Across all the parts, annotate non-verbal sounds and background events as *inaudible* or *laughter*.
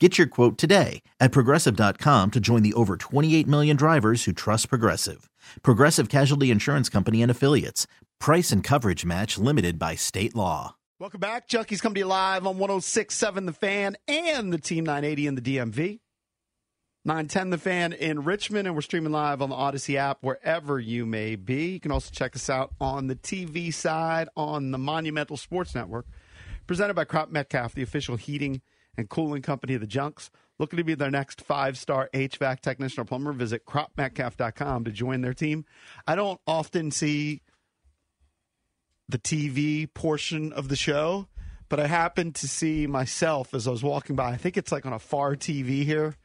Get your quote today at progressive.com to join the over 28 million drivers who trust Progressive. Progressive Casualty Insurance Company and Affiliates. Price and coverage match limited by state law. Welcome back. Chucky's coming to you live on 1067 The Fan and the Team 980 in the DMV. 910 The Fan in Richmond, and we're streaming live on the Odyssey app wherever you may be. You can also check us out on the TV side on the Monumental Sports Network, presented by Crop Metcalf, the official heating and cooling company of the Junks. Looking to be their next five star HVAC technician or plumber, visit cropmetcalf.com to join their team. I don't often see the TV portion of the show, but I happened to see myself as I was walking by. I think it's like on a far TV here.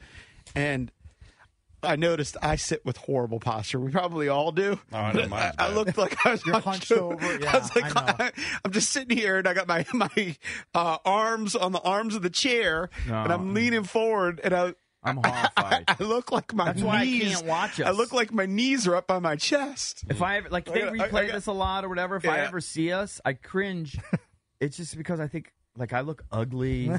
And I noticed I sit with horrible posture. We probably all do. Oh, I know But mine's I, I bad. looked like I was You're hunched over. *laughs* I Yeah, was like, I know. I am just sitting here, and I got my my uh, arms on the arms of the chair, and I'm leaning forward, and I I'm horrified. *laughs* I look like my That's knees. why I can't watch us. I look like my knees are up by my chest. If I ever like I if they got- I- I replay got- this a lot or whatever, if I Yeah. ever see us, I *laughs* cringe. it's just because I think like I look *laughs* ugly.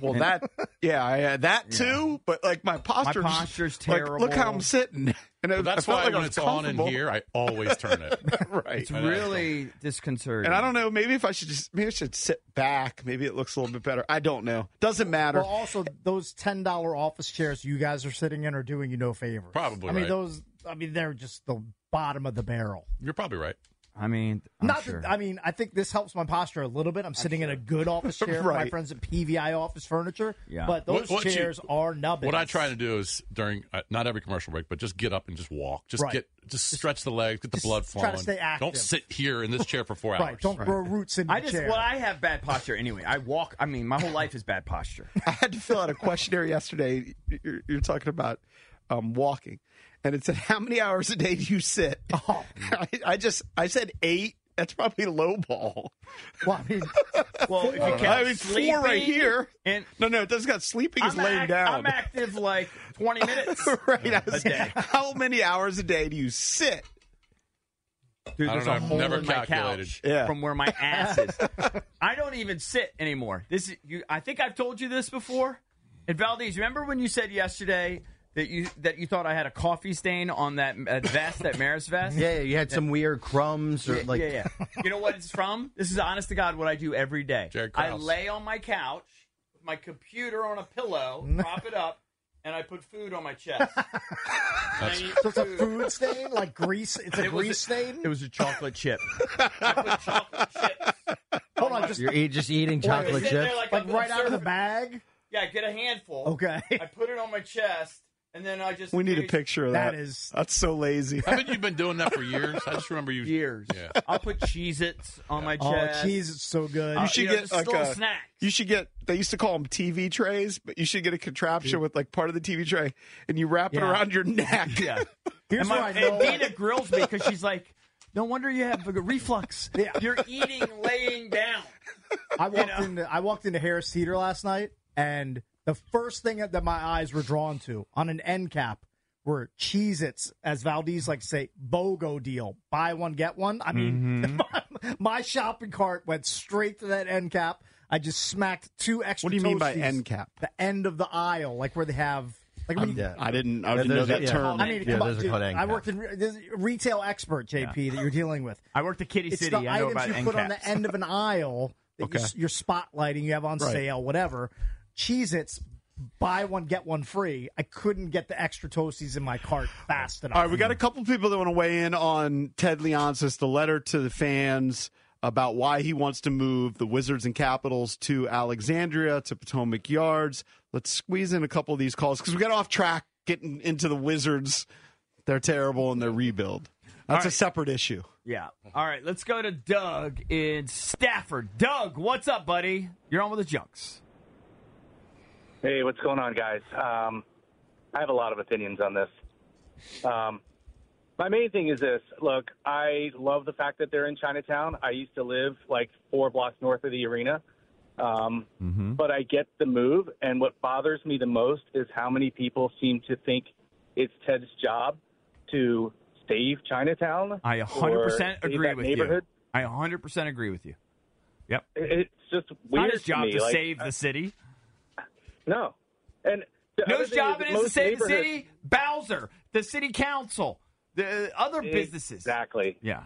Well, that yeah, I had that too, but like my posture, posture's like, look how I'm terrible. sitting, and it, That's I felt why like I when was it's on in comfortable. here, I always turn *laughs* it. right? It's really disconcerting. And I don't know. Maybe if I should just maybe I should sit back. Maybe it looks a little bit better. I don't know. Doesn't matter. Well, also those ten dollar office chairs you guys are sitting in are doing you no favors. Probably I mean right. those. I mean they're just the bottom of the barrel. You're probably right. I mean, I'm Not. sure. That, I mean, I think this helps my posture a little bit. I'm sitting in a good office chair. with Right. My friends at PVI Office Furniture. Yeah. But those What- what you- chairs are nubbins. What I try to do is during uh, not every commercial break, but just get up and just walk. Just Right. get, just stretch the legs, get the just blood try flowing. to stay active. Don't sit here in this chair for *laughs* four Right. hours. Don't grow roots in I the just chair. well, I have bad posture anyway. I walk. I mean, my whole life is bad posture. *laughs* I had to fill out a questionnaire yesterday. You're, you're talking about um, walking, and it said how many hours a day do you sit? Oh. *laughs* I, I just I said eight. That's probably low ball. Well, *laughs* I mean, Well, if you count I mean, four right sleeping here. and No, no, it doesn't got sleeping. It's I'm, laying act- down. I'm active like *laughs* 20 minutes. right. I was- day. How many hours a day do you sit? Dude, I there's don't know. a I've hole never in my calculated. couch Yeah. from *laughs* where my ass is. I don't even sit anymore. This is you. I think I've told you this before. And Valdez, remember when you said yesterday that you that you thought I had a coffee stain on that uh, vest, that Maris vest? Yeah, you had some weird crumbs or like. yeah, yeah. You know what it's from? This is honest to God what I do every day. Jared I Krause. lay on my couch with my computer on a pillow, prop it up, and I put food on *laughs* my chest. And I eat *laughs* so it's a food stain, like grease. It's a It was grease a- stain. It was a chocolate chip. I put chocolate chips. Hold on, just You're eat, *laughs* just eating I was chocolate sitting there chips. like, a like little right out of the surfer. bag. Yeah, I get a handful. Okay. I put it on my chest, and then I just. We need a picture of that. That is- that's so lazy. Haven't you been doing that for years? I just remember you. *laughs* Years. Yeah. I'll put Cheez Its on my Oh, chest. cheese, it's so good. Uh, should know, get just like little a- snack. You should get. They used to call them TV trays, but you should get a contraption with like part of the TV tray, and you wrap it Yeah. around *laughs* your neck. *laughs* Yeah. Here's And where my- I know. and Dina grills me because she's like, "No wonder you have a reflux. *laughs* Yeah. You're eating laying down." I walked know? into I walked into Harris Theater last night, and the first thing that that my eyes were drawn to on an end cap were Cheez Its, as Valdez like to say, BOGO deal. Buy one, get one. I mean, Mm-hmm. *laughs* my, shopping cart went straight to that end cap. I just smacked two extra What do you mean by Toasties. end cap? The end of the aisle, like where they have. Like when you- Yeah. I didn't. I Yeah, didn't know those are- that yeah. term. I mean, Yeah, come on, those are dude. called end I cap. worked in re- this is retail expert, JP, that you're dealing with. I worked at Kitty it's City. the I know items about you end put on caps. the end of an aisle that Okay. you're, you're spotlighting, you have on Right. sale, whatever. Cheez Its buy one get one free, I couldn't get the extra toasties in my cart fast enough. All right, we got a couple people that want to weigh in on Ted Leonsis, the letter to the fans about why he wants to move the Wizards and Capitals to Alexandria, to Potomac Yards. Let's squeeze in a couple of these calls because we got off track getting into the Wizards. They're terrible and their rebuild. That's a separate issue. Yeah. All right, let's go to Doug in Stafford. Doug, what's up, buddy? You're on with the Junks. Hey, what's going on, guys? Um, I have a lot of opinions on this. Um, my main thing is this: look, I love the fact that they're in Chinatown. I used to live like four blocks north of the arena, um, Mm-hmm. but I get the move. And what bothers me the most is how many people seem to think it's Ted's job to save Chinatown. I or 100% save agree that with you. neighborhood. I 100% agree with you. Yep. It's just Not weird. his job me. to Like, save I- the city. No, and the No other whose thing job it is to most save the neighborhoods- city? Bowser, the city council, the uh, other businesses. Exactly. Yeah.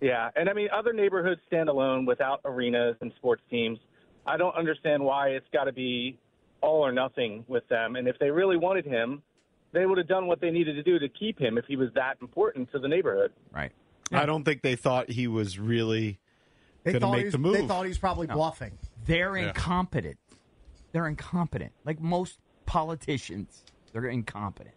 Yeah, and I mean other neighborhoods stand alone without arenas and sports teams. I don't understand why it's got to be all or nothing with them. And if they really wanted him, they would have done what they needed to do to keep him if he was that important to the neighborhood. Right. I don't think they thought he was really. They Gonna thought, make he was, the they move. thought he was probably bluffing. They're incompetent. They're incompetent. Like most politicians, they're incompetent.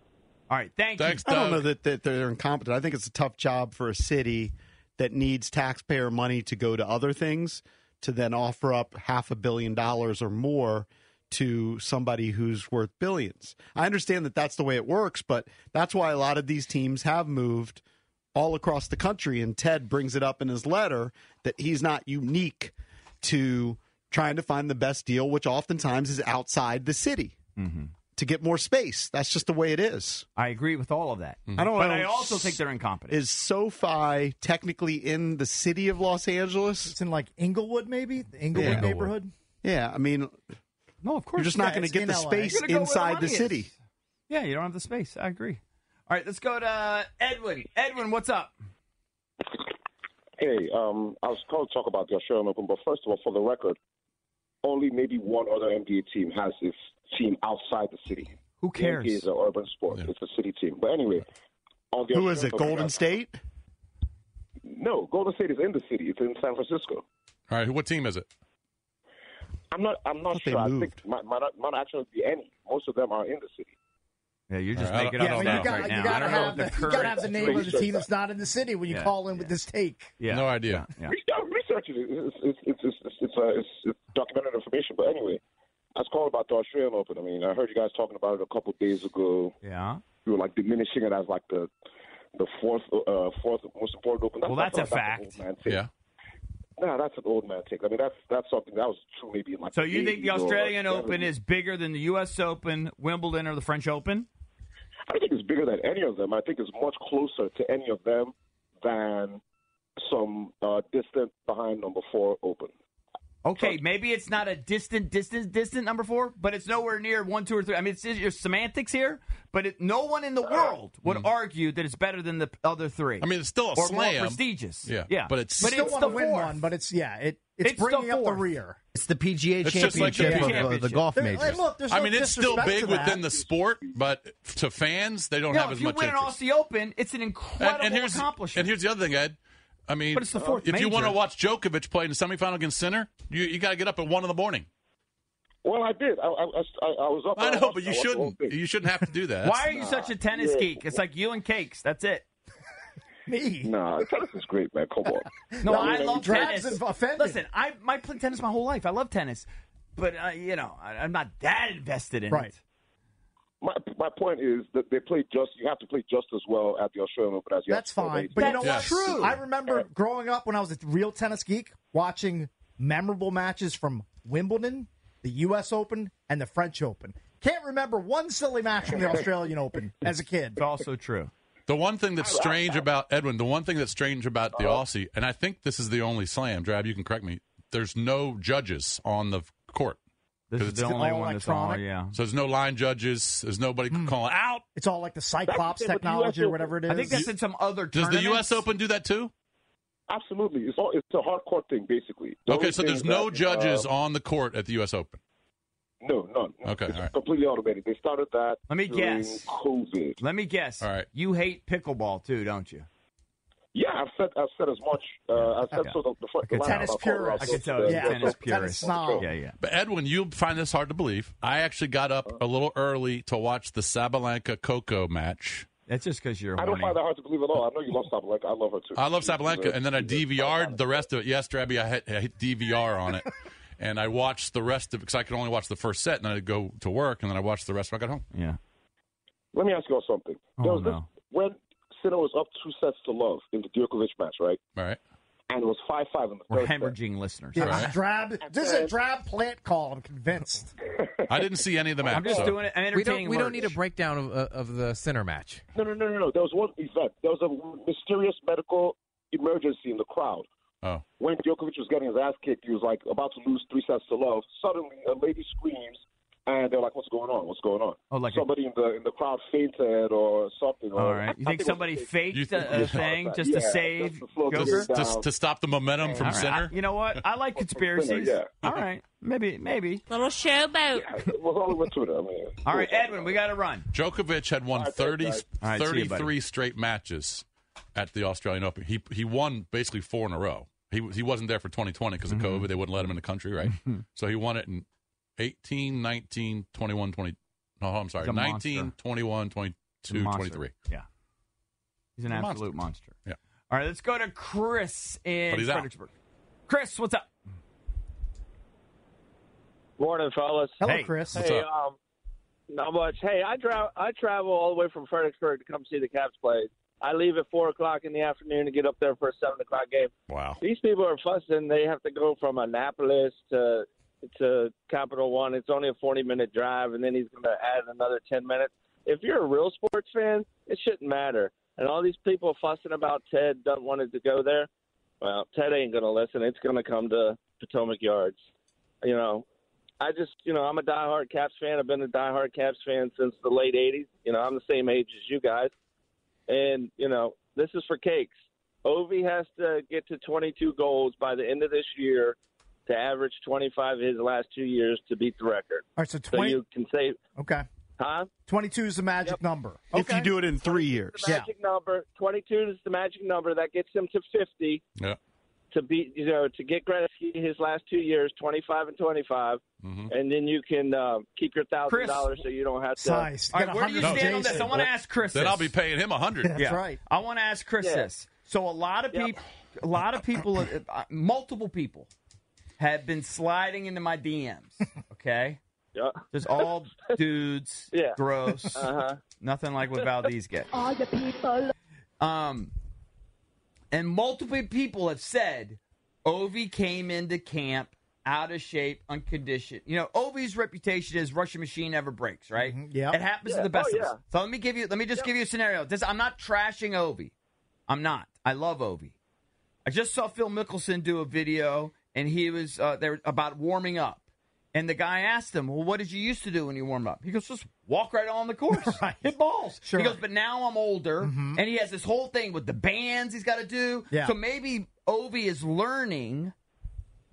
All right. Thank Thanks, you. I don't Doug. know that, that they're incompetent. I think it's a tough job for a city that needs taxpayer money to go to other things to then offer up half a billion dollars or more to somebody who's worth billions. I understand that that's the way it works, but that's why a lot of these teams have moved all across the country. And Ted brings it up in his letter that he's not unique to trying to find the best deal, which oftentimes is outside the city. Mm-hmm. To get more space. That's just the way it is. Mm-hmm. I agree with all of that. I don't. But don't I also s- think they're incompetent. is SoFi technically in the city of Los Angeles? It's in like Inglewood, maybe the Inglewood Yeah. neighborhood. Yeah, I mean, no, of course. you're just you not guys- going to it's get in the LA. space You're gonna go where inside the money city. is. Yeah, you don't have the space. I agree. All right, let's go to Edwin. Edwin, what's up? Hey, um, I was going to talk about the Australian Open, but first of all, for the record, only maybe one other NBA team has this team outside the city. Who cares? The NBA is an urban sport. It's a city team. But anyway, on the Who is Australian it? Open, Golden guys- State? No, Golden State is in the city. It's in San Francisco. All right, what team is it? I'm not. I'm not Thought they sure. I think moved. might might not, might not actually be any. Most of them are in the city. Yeah, you're just All right, making I up don't- I I stuff don't mean, you got know. right you now. got to I don't know have the the, you current got to have the name of the situation. team that's not in the city when you Yeah, call in with yeah. this take. Yeah. No idea. Yeah. Re- no, Research it. It's it's it's it's, it's, it's, uh, it's, it's documented information. But anyway, I was calling about the Australian Open. I mean, I heard you guys talking about it a couple days ago. Yeah. you were like diminishing it as like the the fourth uh, fourth most important open. Well, that's a not- fact. That's an old man take. Yeah. No, that's an old man take. I mean, that's that's something that was true maybe in like. So you think the 80s or Australian Open 70s. is bigger than the U.S. Open, Wimbledon, or the French Open? I think it's bigger than any of them. I think it's much closer to any of them than some uh, distant behind number four open. Okay, maybe it's not a distant, distant, distant number four, but it's nowhere near one, two, or three. I mean, it's just your semantics here, but it, no one in the Uh, world mm. would argue that it's better than the other three. I mean, it's still a or more slam. prestigious. Yeah, yeah, but it's- but You Still it's want to the win fourth. one, but it's yeah, it it's, It's the bringing up the fourth. rear. It's the PGA It's just like the championship, PGA of uh, the championship. golf There- majors. and look, there's I no mean, it's still disrespect big to that. within the sport, but to fans, they don't No, have if as you much win an interest. Aussie Open, it's an incredible and, and here's accomplishment. and here's the other thing, Ed. I mean, But it's the fourth if you want to major. watch Djokovic play in the semifinal against Sinner, you you got to get up at one in the morning. Well, I did. I, I, I- I was up. I know, watched- but you watched the whole shouldn't. thing. You shouldn't have to do that. Why are you such a tennis geek? It's like you and cakes. That's *laughs* it. me. Nah, tennis is great, man. Come on. *laughs* No, Yeah, I I mean, love Drag's tennis. offended. Listen, I I played tennis my whole life. I love tennis, but uh, you know, I, I'm not that invested in Right. it. *laughs* My, my point is that they play just. You have to play just as well at the Australian Open as you. That's have to play fine. the- But you know That's what? true. I remember growing up when I was a real tennis geek watching memorable matches from Wimbledon, the US Open, and the French Open. Can't remember one silly match *laughs* from the Australian Open as a kid. It's also true. The one thing that's strange about Edwin, the one thing that's strange about the Uh-huh. Aussie, and I think this is the only slam, Drab, you can correct me. There's no judges on the court. This is It's the only all one that's on. electronic. Yeah. So there's no line judges. There's nobody Hmm. calling out. It's all like the Cyclops That's the thing with technology US or whatever it is. I think that's in some other. Does the U.S. tournaments. Open do that too? Absolutely, it's all. It's a hardcore thing, basically. The Okay, only so thing there's that, no judges uh, on the court at the U.S. Open. No, none. Okay, It's all right. completely automated. They started that. Let me during guess. COVID. Let me guess. All right. You hate pickleball too, don't you? Yeah, I've said I've said as much. Uh, I've said Yeah. so the, the front. The I could lineup, tell. I've Tennis called purist. I myself can tell you're the- a Yeah. tennis purist. Tennis snob. Yeah, yeah. But Edwin, you'll find this hard to believe. I actually got up a little early to watch the Sabalenka Coco match. That's just because you're I don't horny. find that hard to believe at all. I know you love Sabalenka. I love her too. I love She's Sabalenka, a- and then I she's a- DVR'd the rest of it. Yes, Drabby, I hit, I hit DVR *laughs* on it, and I watched the rest of it because I could only watch the first set, and then I'd go to work, and then I watched the rest when I got home. yeah. Let me ask you all something. There Oh, was this- no. when Sinner was up two sets to love in the Djokovic match, right? All right. And it was five five in the We're third set. hemorrhaging listeners. Yeah, Right. it's drab. This is a drab plant call. I'm convinced. I didn't see any of the match. I'm just so- doing it. I'm We entertaining don't. We don't Lurch. need a breakdown of, uh, of the center match. No, no, no, no, no. There was one event. There was a mysterious medical emergency in the crowd. Oh, When Djokovic was getting his ass kicked, he was like about to lose three sets to love. Suddenly, a lady screams, and they're like, "What's going on? What's going on?" Oh, like a- somebody in the in the crowd fainted or something. All or, right. You I think it was somebody a fake. You faked think- a, a Yeah. thing just to Yeah, save just to slow Joker? things just, down. just to stop the momentum from All right. center. I- you know what? I like conspiracies. yeah. All right. Maybe. Maybe. Little showboat. It was all over Twitter. I mean, All right, Edwin, we got to run. Djokovic had won All right, 30, thanks, guys. All right, see you, buddy. 33 straight matches at the Australian Open. He he won basically four in a row. He he wasn't there for 2020 because of Mm-hmm. COVID. They wouldn't let him in the country, right? so he won it in 18, 19, 21, 20. No, I'm sorry. He's a 19, monster. 21, He's 22, a monster. 23. Yeah. He's an He's a absolute monster. Yeah. All right, let's go to Chris in But he's out. Fredericksburg. Chris, what's up? Morning, fellas. Hello, Hey. Chris. What's hey, up? um, not much. Hey, I drive. I travel all the way from Fredericksburg to come see the Caps play. I leave at four o'clock in the afternoon to get up there for a seven o'clock game. Wow. These people are fussing. They have to go from Annapolis to to Capital One. It's only a forty minute drive, and then he's going to add another ten minutes. If you're a real sports fan, it shouldn't matter. And all these people fussing about Ted doesn't want it to go there. Well, Ted ain't going to listen. It's going to come to Potomac Yards. You know, I just, you know, I'm a diehard Caps fan. I've been a diehard Caps fan since the late 80s. You know, I'm the same age as you guys. And, you know, this is for cakes. Ovi has to get to 22 goals by the end of this year to average 25 his last two years to beat the record. All right, so So 20. you can say, *laughs* Okay. huh? 22 is the magic number. If you do it in three years. The magic number. 22 is the magic number. That gets him to 50 Yeah. to beat, you know, to get Gretzky his last two years, 25 and 25. Mm-hmm. Mhm. And then you can uh, keep your $1,000 Chris. so you don't have to. Size. uh, All right, where do you stand on this? I want to ask Chris. Then this. I'll be paying him 100. That's Yeah. right. I want to ask Chris Yeah. this. So a lot of Yep. people, a lot of people, uh, multiple people, have been sliding into my DMs. *laughs* Okay, Yeah. just *laughs* all dudes, Yeah. gross, Uh-huh. nothing like what Valdez gets. All the people. Um, and multiple people have said Ovi came into camp out of shape, unconditioned. You know, Ovi's reputation is Russian machine never breaks, right? yep. It happens to Yeah. the best Oh, of us. yeah. So let me give you let me just give you a scenario. This I'm not trashing Ovi. I'm not. I love Ovi. I just saw Phil Mickelson do a video and he was uh, there about warming up. And the guy asked him, "Well, what did you used to do when you warm up?" He goes, "Just walk right on the *laughs* course, hit balls." Sure. Mm-hmm. He goes, "But now I'm older, and he has this whole thing with the bands he's got to do. Yeah. So maybe Ovi is learning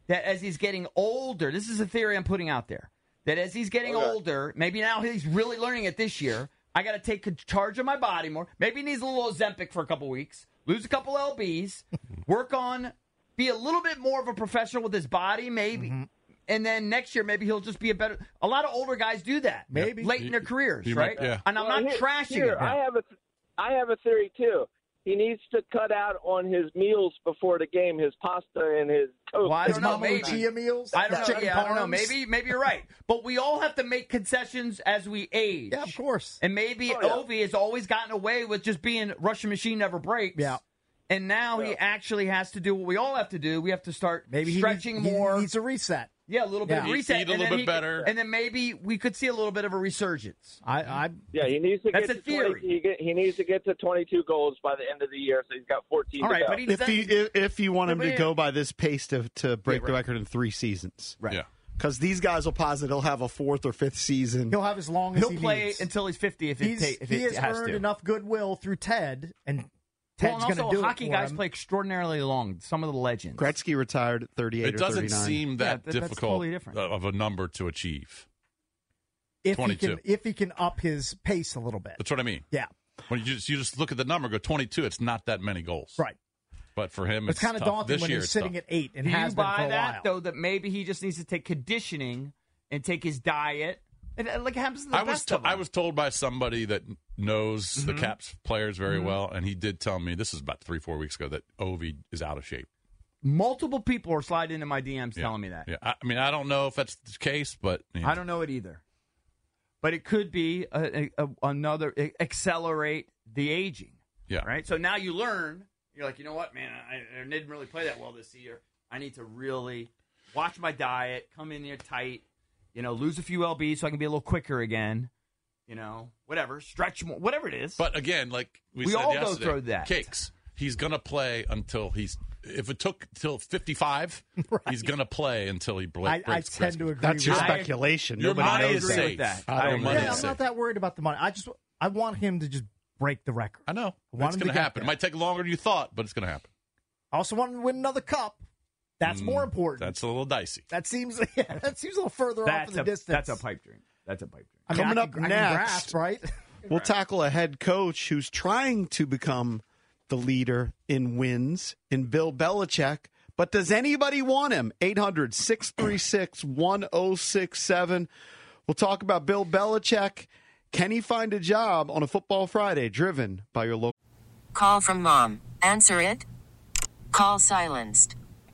that as he's getting older, this is a theory I'm putting out there. That as he's getting Okay. older, maybe now he's really learning it this year. I got to take con- charge of my body more. Maybe he needs a little Ozempic for a couple weeks, lose a couple *laughs* lbs, work on, be a little bit more of a professional with his body, maybe. Mm-hmm. And then next year, maybe he'll just be a better. A lot of older guys do that, Maybe. late in their careers, You right? might- yeah. And I'm Well, not here- trashing here, it. I have a, th- I have a theory too. He needs to cut out on his meals before the game, his pasta and his Coke. Well, I His don't know. Mama Maybe. Lucia meals. I don't know. Chicken Yeah, I don't know. parms. Maybe, maybe you're right. But we all have to make concessions as we age. Yeah, of course. And maybe Oh, yeah. Ovi has always gotten away with just being Russian machine never breaks. Yeah. And now he actually has to do what we all have to do. We have to start Maybe he stretching needs, he more. needs a reset. yeah, a little bit Yeah. of Eat- reset. eat a and little then bit he- better. And then maybe we could see a little bit of a resurgence. I, I yeah, he needs to That's get a to 20 theory. he, get, he needs to get to 22 goals by the end of the year, so he's got 14. All to right, go. but he If doesn't. you if, if you want him to Yeah. go by this pace to to break the record in three seasons, Yeah. Because these guys will posit he'll have a fourth or fifth season. he'll have as long as he'll he play needs. until he's 50 if, it, He's, ta- if he it has, has earned to. enough goodwill through Ted, and well, Ted's and also, going to do hockey it for guys him. play extraordinarily long. Some of the legends. Gretzky retired at 38 It or doesn't 39. seem that that- that's difficult totally different. of a number to achieve. if he 22. can if he can up his pace a little bit. That's what I mean. Yeah. When you just you just look at the number, go twenty two. It's not that many goals, right? But for him, It's it's, kind of tough. daunting this when year. you're it's sitting tough. at eight and Do has you been for buy a that while. though that maybe he just needs to take conditioning and take his diet? And, uh, like it happens to the I was best to- of them. I was told by somebody that knows the Mm-hmm. Mhm. Caps players very Mhm. well, and he did tell me this is about three four weeks ago that Ovi is out of shape. Multiple people are sliding into my DMs telling me that. Yeah, I, I mean I don't know if that's the case, but you know. I don't know it either, but it could be a, a, a- another a- accelerate the aging. Yeah. Right. So now you learn. You're like, you know what, man? I, I didn't really play that well this year. I need to really watch my diet. Come in here tight. You know, lose a few lbs so I can be a little quicker again. You know, whatever. Stretch more. Whatever it is. But again, like we, We said all go yesterday, through that. Cakes. He's gonna play until he's. If it took till fifty five, he's gonna play until he bla- I- I breaks. tend Gretzky. to agree That's with your that. speculation. Your Nobody money knows is that. safe. I agree. Our money yeah, is I'm safe. not that worried about the money. I just I want him to just break the record. I know. I want It's him gonna to get happen. It there. might take longer than you thought, but it's gonna happen. I also want him to win another cup. That's Hmm. Mm, more important. That's a little dicey. that seems *laughs* yeah, that seems a little further off that's in the a distance. that's a pipe dream. That's a pipe dream. I mean, I Coming up can- I can next, grasp, right? *laughs* We'll tackle a head coach who's trying to become the leader in wins in Bill Belichick. But does anybody want him? 800 636 1067. We'll talk about Bill Belichick. Can he find a job on a football Friday driven by your local? Call from mom. Answer it. Call silenced.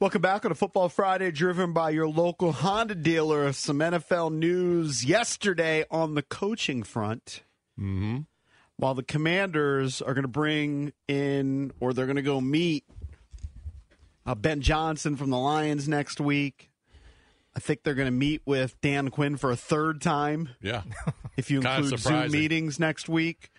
Welcome back on a Football Friday driven by your local Honda dealer. Some NFL news yesterday on the coaching front. Mm-hmm. While the commanders are going to bring in, or they're going to go meet uh, Ben Johnson from the Lions next week. I think they're going to meet with Dan Quinn for a third time Yeah. if you Kinda include Zoom surprising. meetings next week.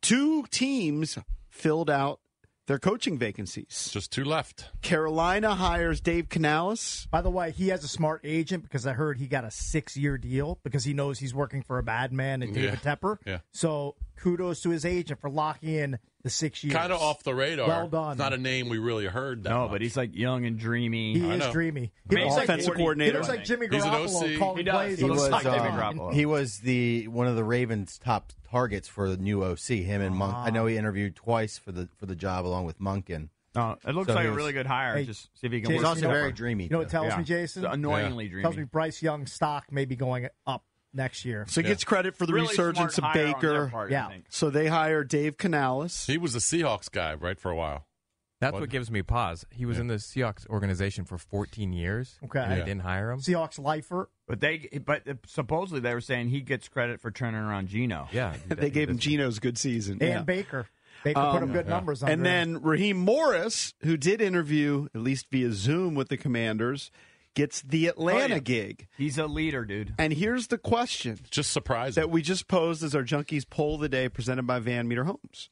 Two teams filled out their coaching vacancies. Just two left. Carolina hires Dave Canales. By the way, he has a smart agent because I heard he got a six-year deal because he knows he's working for a bad man and David Yeah. Tepper. Yeah. So kudos to his agent for locking in the six years. Kind of off the radar. Well done. It's not a name we really heard. That No, much. but he's like young and dreamy. He is dreamy. He Man, looks he's like offensive he coordinator, looks I like Jimmy He's an Garoppolo OC. calling He does. plays. He on the was, uh, sideline. David Garoppolo. He was the one of the Ravens' top targets for the new OC. Him and Monk. I know he interviewed twice for the for the job along with Monken. No, Oh, it looks So like he a was- really good hire. Hey, Just see if he can. He's work also it very over. dreamy. You know what tells Yeah. me, Jason? Annoyingly dreamy. Tells me Bryce Young's stock may be going up next year. So he gets credit for the Really resurgence of smart hire on their Baker. part, I Yeah. think. So they hire Dave Canales. He was a Seahawks guy, right, for a while. *laughs* That's What? what gives me pause. He was in the Seahawks organization for 14 years. Okay. and they Yeah. didn't hire him. Seahawks lifer. But they, but supposedly they were saying he gets credit for turning around Gino. *laughs* Yeah, *laughs* they gave him Geno's good season. Um, And Baker. Baker put up good numbers on And then Raheem Morris, who did interview, at least via Zoom, with the commanders, gets the Oh, Atlanta gig. He's a leader, dude. And here's the question just surprising that we just posed as our junkies poll of the day presented by Van Meter Homes.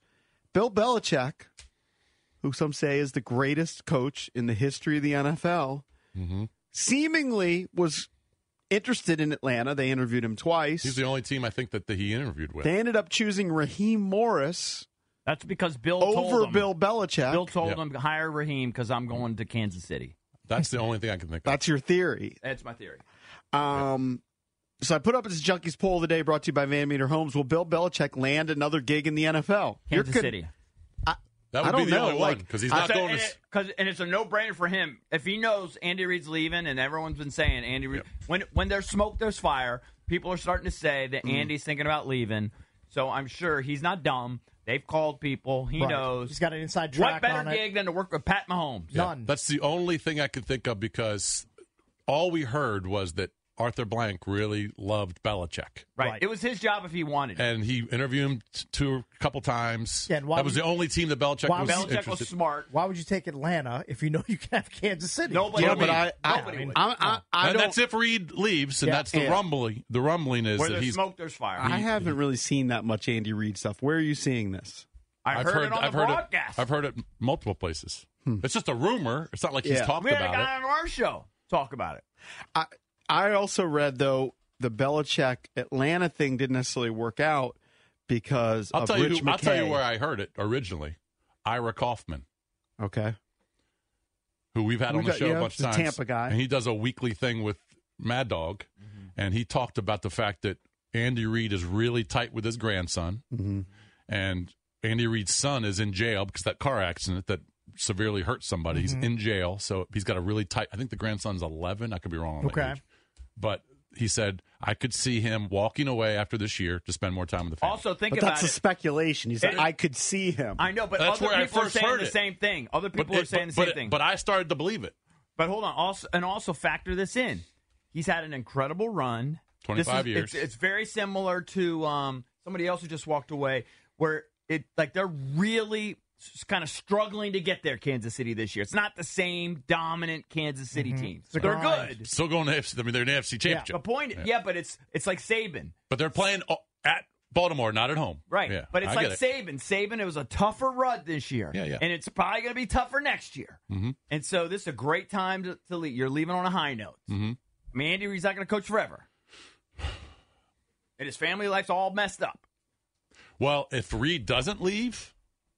Bill Belichick, who some say is the greatest coach in the history of the NFL, Mm-hmm. seemingly was interested in Atlanta. They interviewed him twice. He's the only team I think that, that he interviewed with. They ended up choosing Raheem Morris. That's because Bill over told him- Bill Belichick. Bill told Yeah. him hire Raheem because I'm going to Kansas City. That's the only thing I can think of. That's your theory. That's my theory. Um, So I put up this Junkies poll of the day brought to you by Van Meter Homes. Will Bill Belichick land another gig in the NFL? You're Kansas con- City. That would I be don't the know, only one like- because he's not I said- going and to. it- 'cause- and it's a no brainer for him if he knows Andy Reid's leaving, and everyone's been saying Mm-hmm. Andy Reid. When when there's smoke, there's fire. People are starting to say that Andy's thinking about leaving. So I'm sure he's not dumb. They've called people. He Right. knows. He's got an inside What track better on it. gig than to work with Pat Mahomes? Yeah, That's the only thing I could think of because all we heard was that Arthur Blank really loved Belichick. Right. It was his job if he wanted. And he interviewed him t- two a couple times. Yeah, and why that was would- the only team that Belichick was interested. smart. Why would you take Atlanta if you know you can have Kansas City? Nobody Yeah, would. but I- I- Nobody would. I'm- I- I and don't- that's if Reed leaves, and Yeah. that's the Yeah. rumbling. The rumbling is Where that there's he's smoke, there's fire. I haven't really seen that much Andy Reid stuff. Where are you seeing this? I I've heard, it on I've the heard broadcast. It, I've heard it multiple places. It's just a rumor. It's not like he's Hmm. Yeah. talked we had a about guy it. on our show talk about it. I I also read though the Belichick Atlanta thing didn't necessarily work out because I'll of tell Rich you. I'll tell you McKay. where I heard it originally. Ira Kaufman, Okay. who we've had We on the got- show yeah, a bunch of the times, Tampa guy. Mm-hmm. and he does a weekly thing with Mad Dog, and he talked about the fact that Andy Reid is really tight with his grandson, Mm-hmm. and Andy Reid's son is in jail because that car accident that severely hurt somebody. Mm-hmm. He's in jail, so he's got a really tight. I think the grandson's eleven. I could be wrong. On the Okay. age. but he said I could see him walking away after this year to spend more time with the family. Also, think But about that's a it. speculation. He said It- I could see him. I know, but That's other where I people are first saying heard the it. same thing. Other people it- are saying the but same it- thing. But I started to believe it. But hold on, also and also factor this in. He's had an incredible run. This 25 is- years. It's, it's very similar to um, somebody else who just walked away, where it like they're really kind of struggling to get there. Kansas City this year. It's not the same dominant Kansas City team. Mm-hmm. a They're grind. good. Still going to FC. I mean, they're in the FC Championship. The point, yeah. but it's it's like Saban, But they're playing o- at Baltimore, not at home. right? Yeah, but it's I like get it. Saban. Saban, it was a tougher run this year, Yeah, yeah. and it's probably going to be tougher next year. Mhm. And so this is a great time to, to leave. You're leaving on a high note. Mm-hmm. I mean, Andy Reid's not going to coach forever. And his family life's all messed up. Well, if Reed doesn't leave,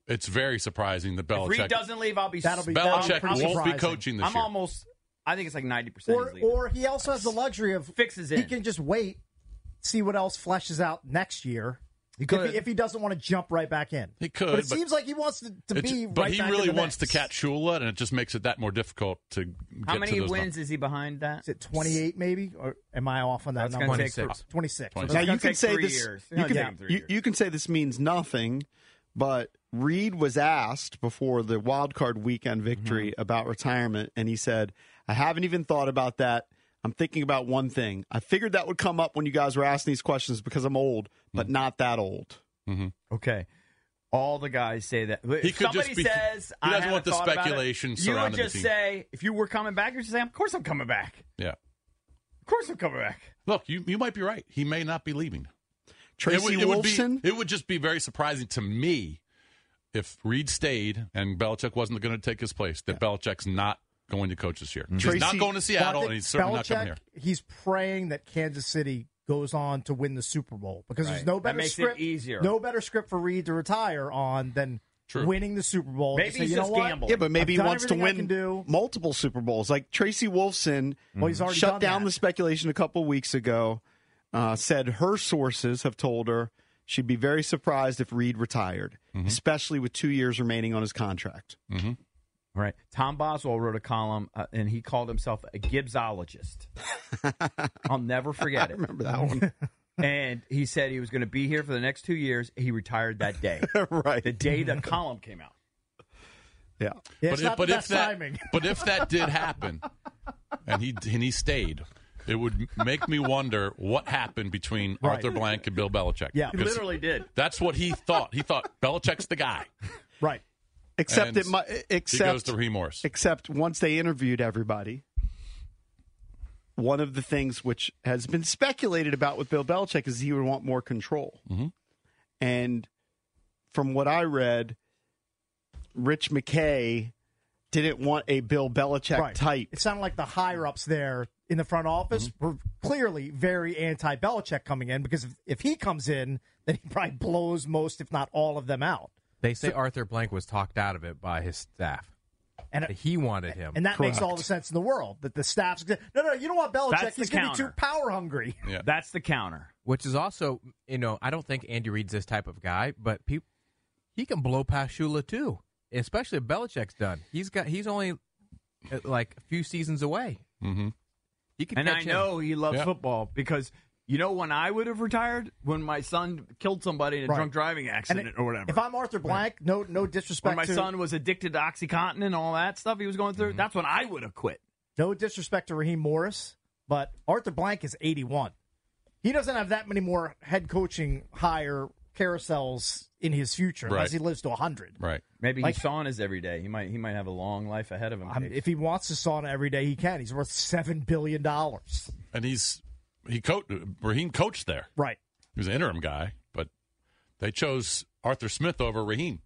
it's very surprising that If Reed Belichick doesn't leave, I'll be That'll be- Belichick that'll be won't surprising. be coaching this I'm year. almost. I think it's like ninety percent. Or, or he also has the luxury of fixes He in. can just wait, see what else fleshes out next year. If, could. he, if he doesn't want to jump right back in, He could, But it but- seems like he wants to, to It's- be. but right he back in really the wants to mix. catch Shula, and it just makes it that more difficult to get How to many those wins numbers. is he behind that? Is it twenty eight maybe? Or am I off on that That's number? gonna take 26. Twenty six. Now, Now It's gonna you can take say three this. years. It's You gonna take him can, three you, years. you can say this means nothing, but Reed was asked before the wild card weekend victory about retirement, and he said, "I haven't even thought about that. I'm thinking about one thing. I figured that would come up when you guys were asking these questions because I'm old, but not that old." Okay. All the guys say that. If He could somebody just be- says, he I doesn't haven't want the thought about it," speculation You would surrounding the just team. say, if you were coming back, you'd just say, "Of course I'm coming back. Yeah. Of course I'm coming back." Look, you you might be right. He may not be leaving. Tracy it would, it Wolfson. would be, it would just be very surprising to me if Reed stayed and Belichick wasn't going to take his place. That Belichick's not going to coach this year. he's not Tracy- going to Seattle, Well, I and think he's certainly not coming Belichick, here. He's praying that Kansas City goes on to win the Super Bowl because Right. there's no That better makes it script, easier. no better script for Reed to retire on than True. winning the Super Bowl. Maybe Just say, he's you just know what? gambling. Yeah, but maybe I've he done wants to everything I win can do. multiple Super Bowls. Like Tracy Wolfson Well, he's already shut done down that. the speculation a couple weeks ago, uh, said her sources have told her she'd be very surprised if Reed retired, Mm-hmm. especially with two years remaining on his contract. All Mm-hmm. right. Tom Boswell wrote a column, uh, and he called himself *laughs* a Gibbsologist. I'll never forget it. Remember that one? *laughs* And he said he was going to be here for the next two years. He retired that day, the *laughs* right. day the column came out. Yeah. Yeah, it's if- not the best that, timing. *laughs* but if that *laughs* did happen, and he and he stayed, it would make me wonder what happened between Arthur Blank and Bill Belichick. Yeah. He 'Cause literally did. that's what he thought. He thought Belichick's the guy. Right. Except And it might. He Except goes to remorse. Except once they interviewed everybody, one of the things which has been speculated about with Bill Belichick is he would want more control. Mhm. And from what I read, Rich McKay didn't want a Bill Belichick right. type. Mm-hmm. It sounded like the higher ups there in the front office were clearly very anti Belichick coming in because if, if he comes in, then he probably blows most, if not all of them out. They say Arthur Blank was talked out of it by his staff. And That he wanted him. And that makes all the sense in the world that the staff's gonna- no, no, you don't want Belichick. That's the He's going to be too counter. power hungry. *laughs* Yeah. That's the counter. which is also, you know, I don't think Andy Reid's this type of guy, but peop he can blow past Shula too, especially if Belichick's done. He's got he's only uh, like a few seasons away. hmm He can And I catch him. know he loves Yeah. football because You know when I would have retired? When my son killed somebody in a Right. drunk driving accident or whatever. If I'm Arthur Blank, no no disrespect when my to son was addicted to OxyContin and all that stuff he was going through, that's when I would have quit. no disrespect to Raheem Morris, but Arthur Blank is 81. He doesn't have that many more head coaching hire carousels in his future Right. unless he lives to 100. Right. Maybe Like- he's saunas every day. He might he might have a long life ahead of him. I mean, Um, if he wants to sauna every day, he can. He's worth $7 billion. and he's he coached Raheem coached there. Right. He was an interim guy, but they chose Arthur Smith over Raheem.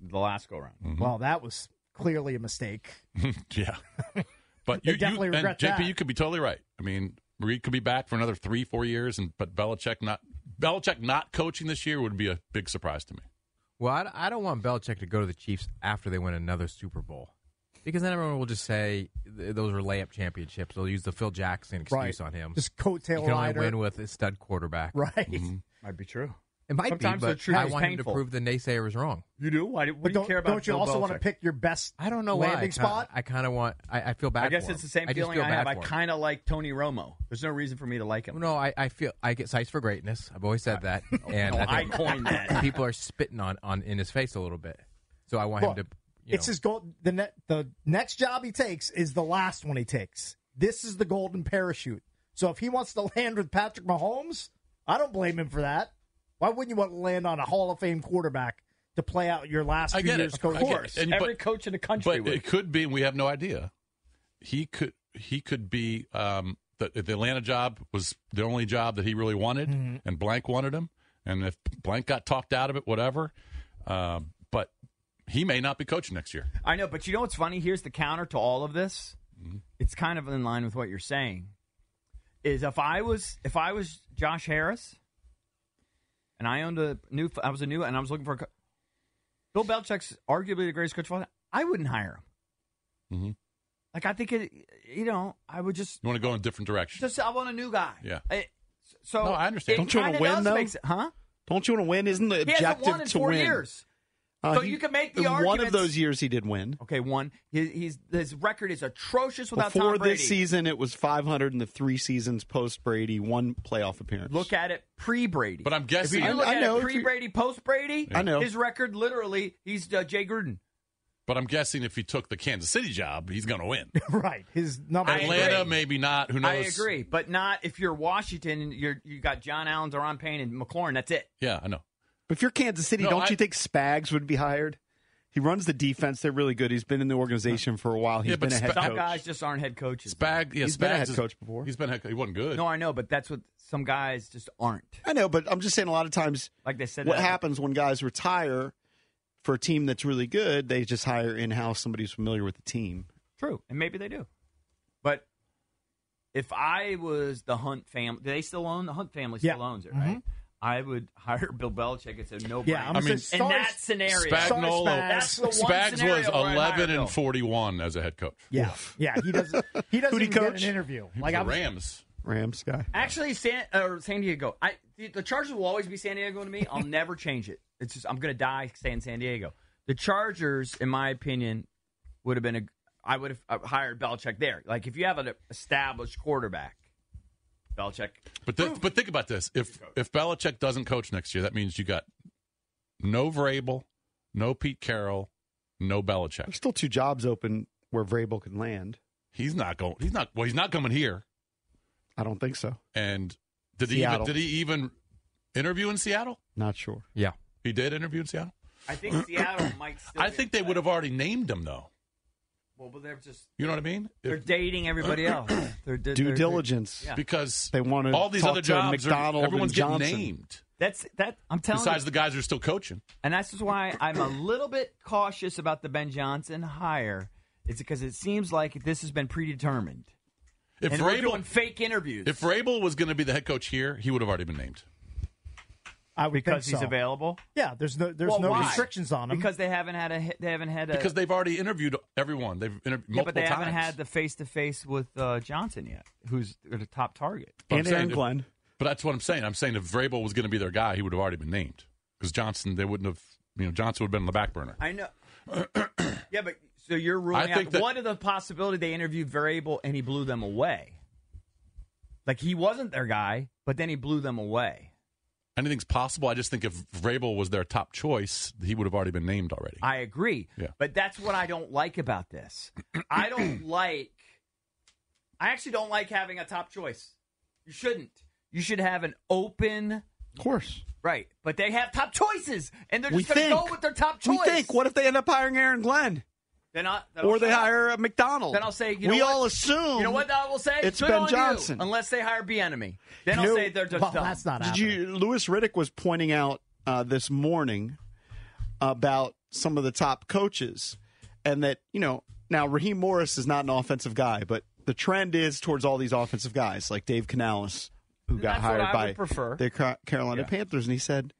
The last go round. Well, that was clearly a mistake. *laughs* yeah. But They you, you- definitely and regret JP, that. you could be totally right. I mean, Reed could be back for another three, four years, and but Belichick not Belichick not coaching this year would be a big surprise to me. Well, I, I don't want Belichick to go to the Chiefs after they win another Super Bowl. Because then everyone will just say th- those were layup championships. They'll use the Phil Jackson excuse Right. on him. Just coattail You can only rider. win with a stud quarterback. Right. Mm-hmm. *laughs* Might be true. It might Sometimes be, the but truth I is want him painful. to prove the naysayers wrong. You do? Why do, what But do you don't, care about don't you Bill also want to Belichick? pick your best I don't know why. I landing kinda- spot? I kind of want. I, I feel bad. I guess for it's him. the same I just feeling feel I bad have. I for him. kind of like Tony Romo. There's no reason for me to like him. Oh, No, I, I feel I get sites for greatness. I've always said *laughs* that, and no, I, think I coined that. People are spitting on, on in his face a little bit, so I want Look, him to. You know, it's his goal. The ne- the next job he takes is the last one he takes. This is the golden parachute. So if he wants to *laughs* land with Patrick Mahomes, I don't blame him for that. Why wouldn't you want to land on a Hall of Fame quarterback to play out your last I two get years? it. coach- I get it. And- Every but- coach in the country But would. it could be, and we have no idea. He could he could be um, the, the Atlanta job was the only job that he really wanted, and Blank wanted him. And if Blank got talked out of it, whatever. Um, but he may not be coaching next year. I know, but you know what's funny? Here's the counter to all of this. Mm-hmm. It's kind of in line with what you're saying. Is if I was if I was Josh Harris, and I owned a new, I was a new, and I was looking for a. Co- Bill Belichick's arguably the greatest coach of all time. I wouldn't hire him. Mm-hmm. Like I think it, you know, I would just You want to go in a different direction. just I want a new guy. Yeah. I- so No, I understand. it Don't you wanna kinda win, does though? make se- huh? Don't you want to win? Isn't the He hasn't objective won in to four win? years. Uh, so he- you can make the one of arguments- those years he did win. Okay, one. His, he's, his record is atrocious without Before Tom Brady. this season, it was 500 in the three seasons post Brady, one playoff appearance. Look at it pre-Brady. But I'm If you guessing. look I at know, it if you- pre-Brady, post-Brady, I know. his record literally, he's uh, Jay Gruden. But I'm guessing if he took the Kansas City job, he's going to *laughs* win. right, his number. I agree. Atlanta, maybe not. Who knows? I agree, but not if you're Washington and you're you got John Allen, Deron Payne, and McLaurin. That's it. Yeah, I know. If you're Kansas City, No, don't I- you think Spags would be hired? He runs the defense. They're really good. He's been in the organization for a while. He's Yeah, but been a head Spa- Some coach. guys just aren't head coaches. Spag. Yeah, He's been a Spags head is- coach before. He's been head. He wasn't good. No, I know, but that's what some guys just aren't. I know, but I'm just saying a lot of times Like they said, what that- happens when guys retire for a team that's really good, they just hire in house somebody who's familiar with the team. True, and maybe they do. But if I was the Hunt family, they still own the Hunt family. Still Yeah. Mm-hmm. owns it, right? I would *laughs* hire Bill Belichick. It's a no-brainer. Yeah, I'm I mean, mean, in that scenario, Sorry, Spags. Spagnuolo. That's the one Spags scenario was where I'd hire 11 Bill. and 41 as a head coach. yeah, yeah. He doesn't. He doesn't Who'd he even get coach? an interview. He was Like the I'm, Rams. Rams guy. Actually, San or San Diego. I the, the Chargers will always be San Diego to me. I'll never change it. It's just I'm gonna die saying San Diego. The Chargers, in my opinion, would have been a. I would have uh, hired Belichick there. Like if you have an established quarterback, Belichick. But th- but think about this: if if Belichick doesn't coach next year, that means you got no Vrabel, no Pete Carroll, no There's Belichick. still two jobs open where Vrabel can land. He's not going. He's not. Well, he's not coming here. I don't think so. And did Seattle. he even, did he even interview in Seattle? Not sure. yeah. He did interview in Seattle. I think Seattle might. Still I be think they would have already named him though. Well, but they're just You know what I mean? they're If- dating everybody else. They're, they're- Due they're- diligence. Yeah. because They want to all these talk other to jobs. McDonald are, everyone's and getting Johnson. named. That's that. I'm telling you. Besides the guys who are still coaching. And that's just why I'm a little bit cautious about the Ben Johnson hire. It's because it seems like this has been predetermined. If and we're doing Vrabel, fake interviews if Vrabel was going to be the head coach here, he would have already been named. I would because think he's so. available. Yeah, there's no there's Well, no why? restrictions on him because they haven't had a hi- they haven't had a Because they've already interviewed everyone. They've interviewed yeah, multiple but they times. haven't had the face to face with uh, Johnson yet, who's the top target. But I'm And saying Aaron if- Glenn. But that's what I'm saying. I'm saying if Vrabel was going to be their guy, he would have already been named because Johnson, they wouldn't have. You know, Johnson would have been on the back burner. I know. *coughs* yeah, but so you're ruling I think out that- one of the possibility they interviewed Variable and he blew them away. Like he wasn't their guy, but then he blew them away. Anything's possible. I just think if Vrabel was their top choice, he would have already been named already. I agree. Yeah. But that's what I don't like about this. *coughs* I don't like I actually don't like having a top choice. You shouldn't. You should have an open Of course. Right. But they have top choices and they're We just gonna go think. with their top We choice. think. What if they end up hiring Aaron Glenn? Then I, then I'll Or they shut up. hire uh, McDonald? Then I'll say you know we what? all assume. You know what I will say? It's Good Ben on you, Johnson. unless they hire B enemy. Then I'll You know- say they're just done. Did you? Lewis Riddick was pointing out uh, this morning about some of the top coaches, and that you know now Raheem Morris is not an offensive guy, but the trend is towards all these offensive guys like Dave Canales, who got That's what hired I by would prefer. the Ca- Carolina Panthers, and he said,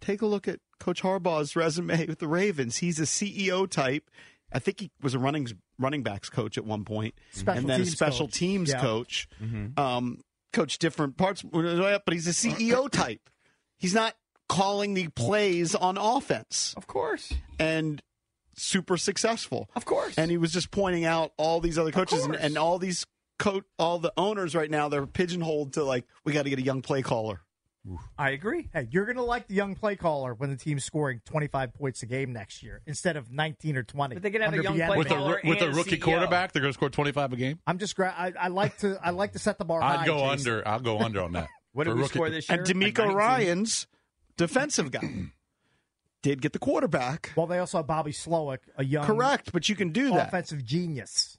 "Take a look at Coach Harbaugh's resume with the Ravens. He's a CEO type." I think he was a running running backs coach at one point, Special and then a teams special coach. teams Yeah. coach Mm-hmm. um, coach different parts, but he's a CEO type. He's not calling the plays on offense. Of course. And super successful. Of course. And he was just pointing out all these other coaches and, course. and all these co- all the owners right now, they're pigeonholed to like, we got to get a young play caller. I agree. Hey, you're going to like the young play caller when the team's scoring 25 points a game next year instead of 19 or 20. But they could have a young play with a, caller ro- with a and E rookie CEO. quarterback, they're going to score 25 a game. I'm just gra- I, I like to I like to set the bar high. I'd go Jason. under. I'll go under on that. *laughs* What For did we rookie- score this year? And D'Amico Ryan's defensive *clears throat* guy did get the quarterback. Well, they also have Bobby Slowick, a young Correct, but you can do that. offensive genius.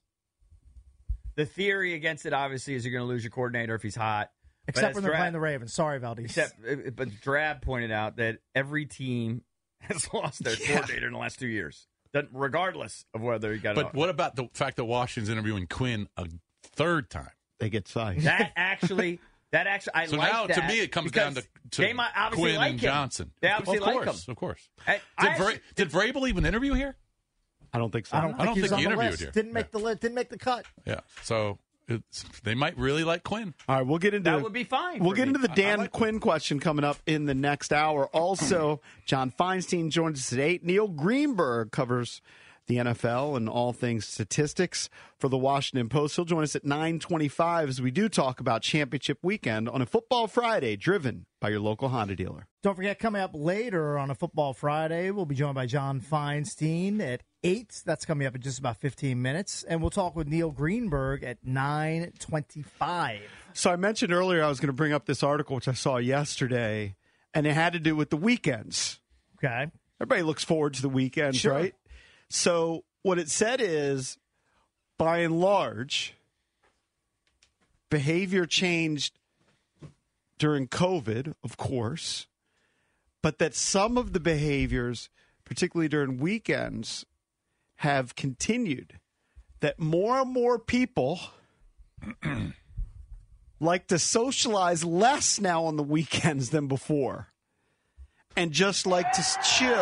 The theory against it, obviously, is you're going to lose your coordinator if he's hot. But Except as when they're Drab- playing the Ravens. Sorry, Valdez. Except, uh, but Drab pointed out that every team *laughs* has lost their coordinator in the last two years, That- regardless of whether he got. *laughs* But it. what about the fact that Washington's interviewing Quinn a third time? They get sized. That actually, that actually, I so like now that to me it comes because down to, to they might obviously Quinn like and him. Johnson. They obviously of course, like him. Of course. I- Did, I Vra- actually- did Vrabel even interview here? I don't think so. I don't, I don't think, think he was on he the interviewed list. here. Didn't make the list. Didn't make the cut. Yeah. So it's, they might really like Quinn. All right, we'll get into that would be fine. We'll for get me. into the Dan Quinn question coming up in the next hour. Also, *clears throat* John Feinstein joins us at 8. Neil Greenberg covers the NFL and all things statistics for the Washington Post. He'll join us at 925 as we do talk about championship weekend on a football Friday driven by your local Honda dealer. Don't forget, coming up later on a Football Friday, we'll be joined by John Feinstein at 8. That's coming up in just about 15 minutes. And we'll talk with Neil Greenberg at 9.25. So I mentioned earlier I was going to bring up this article, which I saw yesterday, and it had to do with the weekends. Okay. Everybody looks forward to the weekends, right? So what it said is, by and large, behavior changed during COVID, of course, but that some of the behaviors, particularly during weekends, have continued. That more and more people like to socialize less now on the weekends than before and just like to s- chill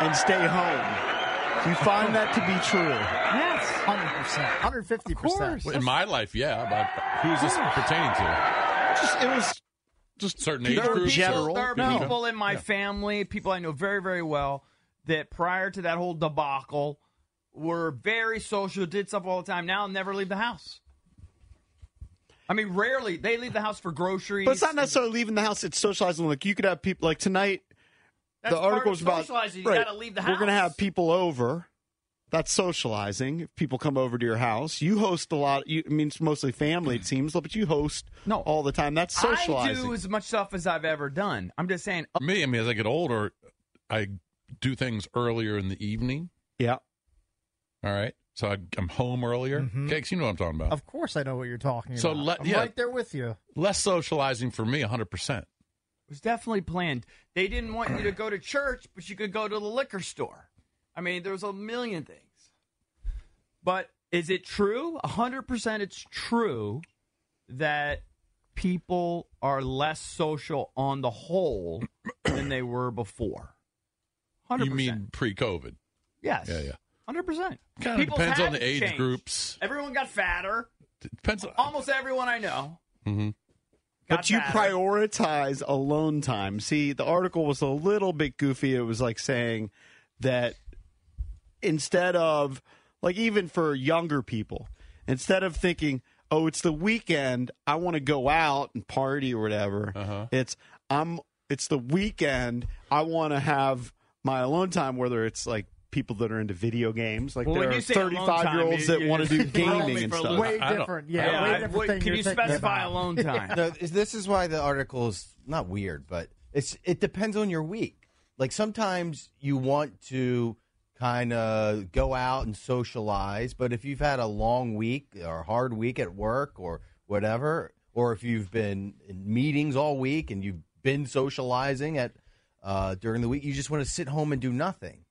and stay home. You find that to be true. Yes. 100%. 150%. Well, in my life, yeah. But who's this pertaining to? Just, it was just certain age There are, groups. people, there are No. people in my Yeah. family, people I know very, very well, that prior to that whole debacle were very social, did stuff all the time. Now never leave the house. I mean, rarely they leave the house for groceries. But it's not necessarily leaving the house, it's socializing. Like you could have people, like tonight, That's the part article of was about. socializing. You gotta leave the We're going to house. have people over. That's socializing. If people come over to your house, you host a lot. You, I mean, it's mostly family, it seems, but you host No. all the time. That's Mm. I do socializing. as much stuff as I've ever done. I'm just saying, Me, I mean, as I get older, I do things earlier in the evening. Yeah. All right. So I, I'm home earlier. Mm-hmm. Cakes, you know what I'm talking about. Of course I know what you're talking So about. let- I'm yeah. right there with you. Less socializing for me, 100%. It was definitely planned. They didn't want you to go to church, but you could go to the liquor store. I mean, there was a million things. But is it true? 100% it's true that people are less social on the whole than they were before. 100%. You mean pre COVID? Yes. Yeah, yeah. Hundred percent. Kind of depends on the age groups. Everyone got fatter. Depends on. Almost everyone I know. Mhm. got But you fatter. prioritize alone time. See, the article was a little bit goofy. It was like saying that instead of, like, even for younger people, instead of thinking, oh, it's the weekend. I want to go out and party or whatever. Uh-huh. It's I'm. It's the weekend. I want to have my alone time. Whether it's like people that are into video games, like Well, there when are you say alone thirty-five year olds time, you- that you want to do just throw me gaming and for a stuff. loop. Way I don't- different, yeah, yeah, way I- different what- thing can you're you thinking specify *laughs* about. *laughs* alone time? No, is- this is why the article is not weird, but it's it depends on your week. Like sometimes you want to kind of go out and socialize, but if you've had a long week or a hard week at work or whatever, or if you've been in meetings all week and you've been socializing at uh, during the week, you just want to sit home and do nothing.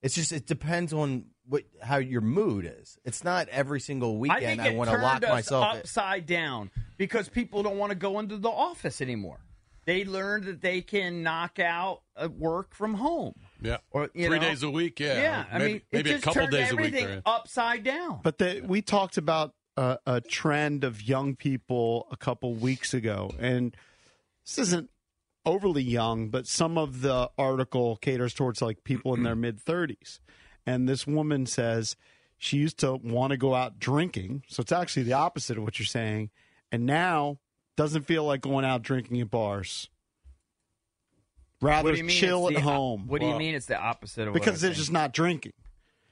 It's just it depends on what how your mood is. It's not every single I weekend think I, it want to turned lock us myself. in. upside down because people don't want to go into the office anymore. They learned that they can knock out uh, work from home. Yeah. Or you know? Three days a week. Yeah. Yeah, I Maybe, mean, it maybe a just couple turned days a week. everything there. upside down. But the, we talked about uh, a trend of young people a couple weeks ago, and this isn't overly young, but some of the article caters towards like people in their mid 30s. And this woman says she used to want to go out drinking, so it's actually the opposite of what you're saying, and now doesn't feel like going out drinking at bars. Rather What do you mean chill it's at the op- home. What do you mean it's the opposite of what Because I'm they're saying? just not drinking.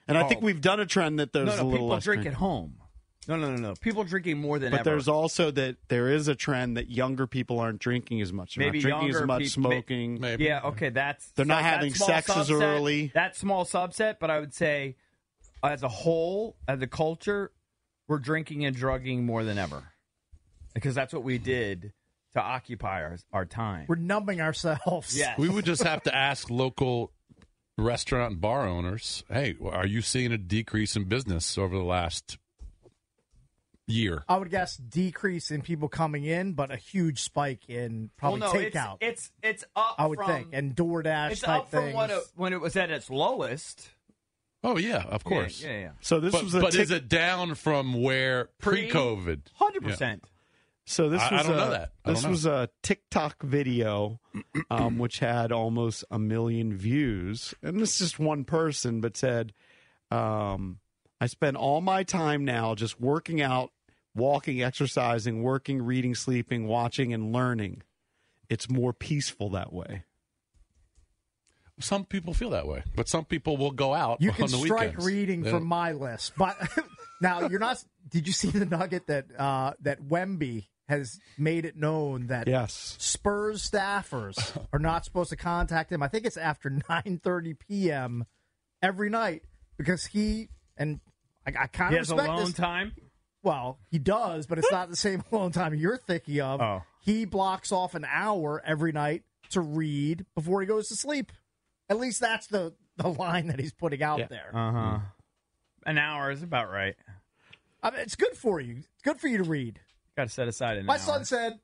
And I Oh. think we've done a trend that there's no, a no, little people less drink drinking. at home. No, no, no, no. People drinking more than but ever. there's also that there is a trend that younger people aren't drinking as much. They're maybe not drinking younger as much, peop- may- smoking. Yeah, okay, that's They're not that having small sex as subset- early. That small subset, but I would say, as a whole, as a culture, we're drinking and drugging more than ever because that's what we did to occupy our, our time. We're numbing ourselves. Yes. We would just have to ask local restaurant and bar owners, hey, are you seeing a decrease in business over the last year? I would guess decrease in people coming in, but a huge spike in probably well, no, takeout. It's, it's it's up. I would from, think and DoorDash It's type up from things. what it, when it was at its lowest. Oh yeah, of Yeah, course. yeah, yeah. So this but, was a but tick- is it down from where Pre- pre-COVID? 100%. So this I- I was don't a, know that. I don't this know. was a TikTok video, um, *clears throat* which had almost a million views, and this is just one person, but said, um, "I spend all my time now just working out, walking, exercising, working, reading, sleeping, watching, and learning. It's more peaceful that way." Some people feel that way, but some people will go out You *laughs* on can the strike weekends. reading They from don't- my list, but *laughs* now you're not. Did you see the nugget that uh, that Wemby has made it known that Yes. Spurs staffers are not supposed to contact him? I think it's after *laughs* 9:30 p.m. every night because he and I, I kind He of has respect alone this. time. Well, he does, but it's not the same *laughs* alone time you're thinking of. Oh. He blocks off an hour every night to read before he goes to sleep. At least that's the the line that he's putting out there. Uh huh. An hour is about right. I mean, it's good for you. It's good for you to read. Got to set aside an My hour. son said,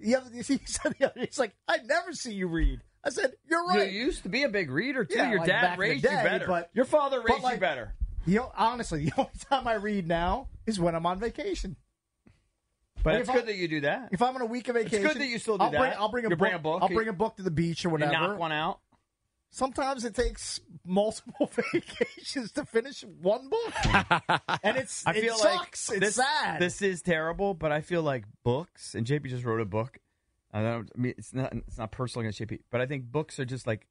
the other, *laughs* he said the other, he's like, I never see you read. I said, you're right. You used to be a big reader too. Yeah, Your like back dad in the raised day, you better. but- Your father but raised like- you better. You know, honestly, *laughs* the only time I read now is when I'm on vacation. But Like, it's if good I- that you do that. If I'm on a week of It's vacation, good that you still do I'll Bring, that. I'll bring a, You book, bring a book, I'll you- bring a book to the beach or You whatever. knock one out. Sometimes it takes multiple *laughs* vacations to finish one book, *laughs* and it's I feel it sucks. like it's this, sad. This is terrible, but I feel like books and JP just wrote a book. I don't. I mean, it's not. It's not personal against JP, but I think books are just like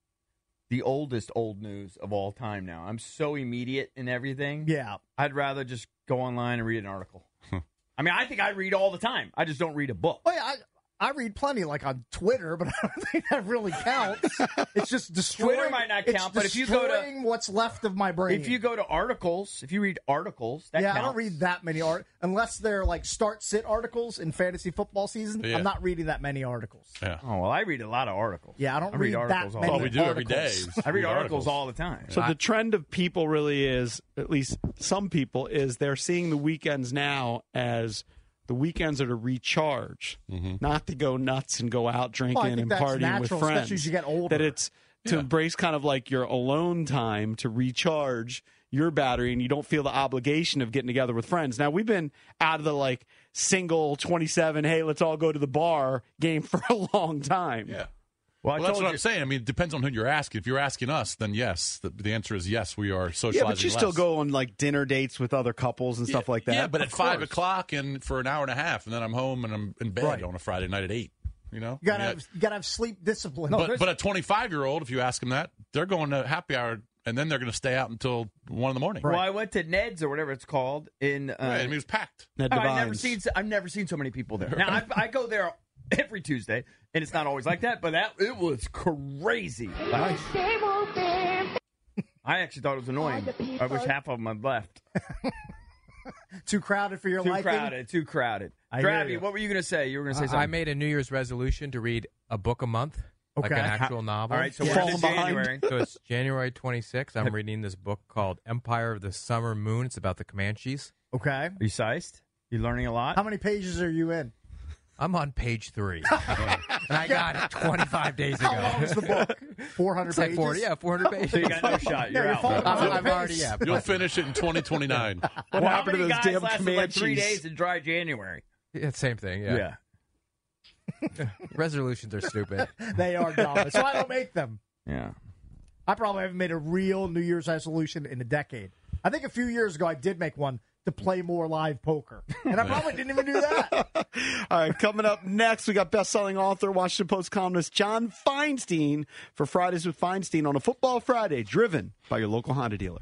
the oldest old news of all time. Now I'm so immediate in everything. yeah, I'd rather just go online and read an *laughs* article. I mean, I think I read all the time. I just don't read a book. Oh yeah, I, I read plenty, like on Twitter, but *laughs* I don't think that really counts. *laughs* it's just destroying. Twitter might not it's count, but if you go to- destroying what's left of my brain, If you go to articles, if you read articles, that yeah, I counts. don't read that many art unless they're like start sit articles in fantasy football season. Yeah. I'm not reading that many articles. Yeah. Oh well, I read a lot of articles. Yeah, I don't I read read articles that all many. Well, we do every day. articles. is *laughs* I read articles all the time. So the trend of people really is, at least some people, is they're seeing the weekends now as the weekends are to recharge, Mm-hmm. not to go nuts and go out drinking Well, I think and that's partying natural, with friends. especially as you get older. That it's to embrace kind of like your alone time to recharge your battery and you don't feel the obligation of getting together with friends. Now we've been out of the like *laughs* single 27 hey let's all go to the bar game for a long time. Yeah. Well, I that's told what I'm you- saying. I mean, it depends on who you're asking. If you're asking us, then yes, the, the answer is yes. We are socializing. Yeah, but you still less. go on like dinner dates with other couples and stuff like that. Yeah, but Of at five course. o'clock and for an hour and a half, and then I'm home and I'm in bed on a Friday night at eight. You know, You gotta I mean, have, you gotta have sleep discipline. I- but, but a 25 year old, if you ask them that, they're going to happy hour and then they're going to stay out until one in the morning. Well, I went to Ned's or whatever it's called in. Uh, Right, and it was packed. Oh, Ned I've never Devine's. seen. so- I've never seen so many people *laughs* there. Now I, I go there every Tuesday, and it's not always like that. But that it was crazy. Like, I actually thought it was annoying. I wish half of them had left. Too crowded for your too liking. *laughs* crowded. Too crowded. I hear Gravy, you. what were you going to say? You were going to say I- something. I made a New Year's resolution to read a book a month, like an Okay. actual Ha- novel. all right, so we're Falling into behind. January. So it's January 26th. I'm reading this book called Empire of the Summer Moon. It's about the Comanches. Okay. Are you sized? You learning a lot? How many pages are you in? I'm on page three. and I got it 25 days ago. *laughs* How long is the book? 400 It's like pages? 40, yeah, *laughs* 400 pages. So you got no shot, Yeah, you're out. falling I'm- behind I'm the already- pace. yeah. You'll finish it in 2029. What How happened to many those guys damn lasted Like three Comanches? days in dry January. Yeah, same thing. Yeah. *laughs* Resolutions are stupid. *laughs* They are dumb. so I don't make them. Yeah. I probably haven't made a real New Year's resolution in a decade. I think a few years ago I did make one to play more live poker. And I probably didn't even do that. All right, coming up next, we got best-selling author, Washington Post columnist John Feinstein for Fridays with Feinstein on a Football Friday, driven by your local Honda dealer.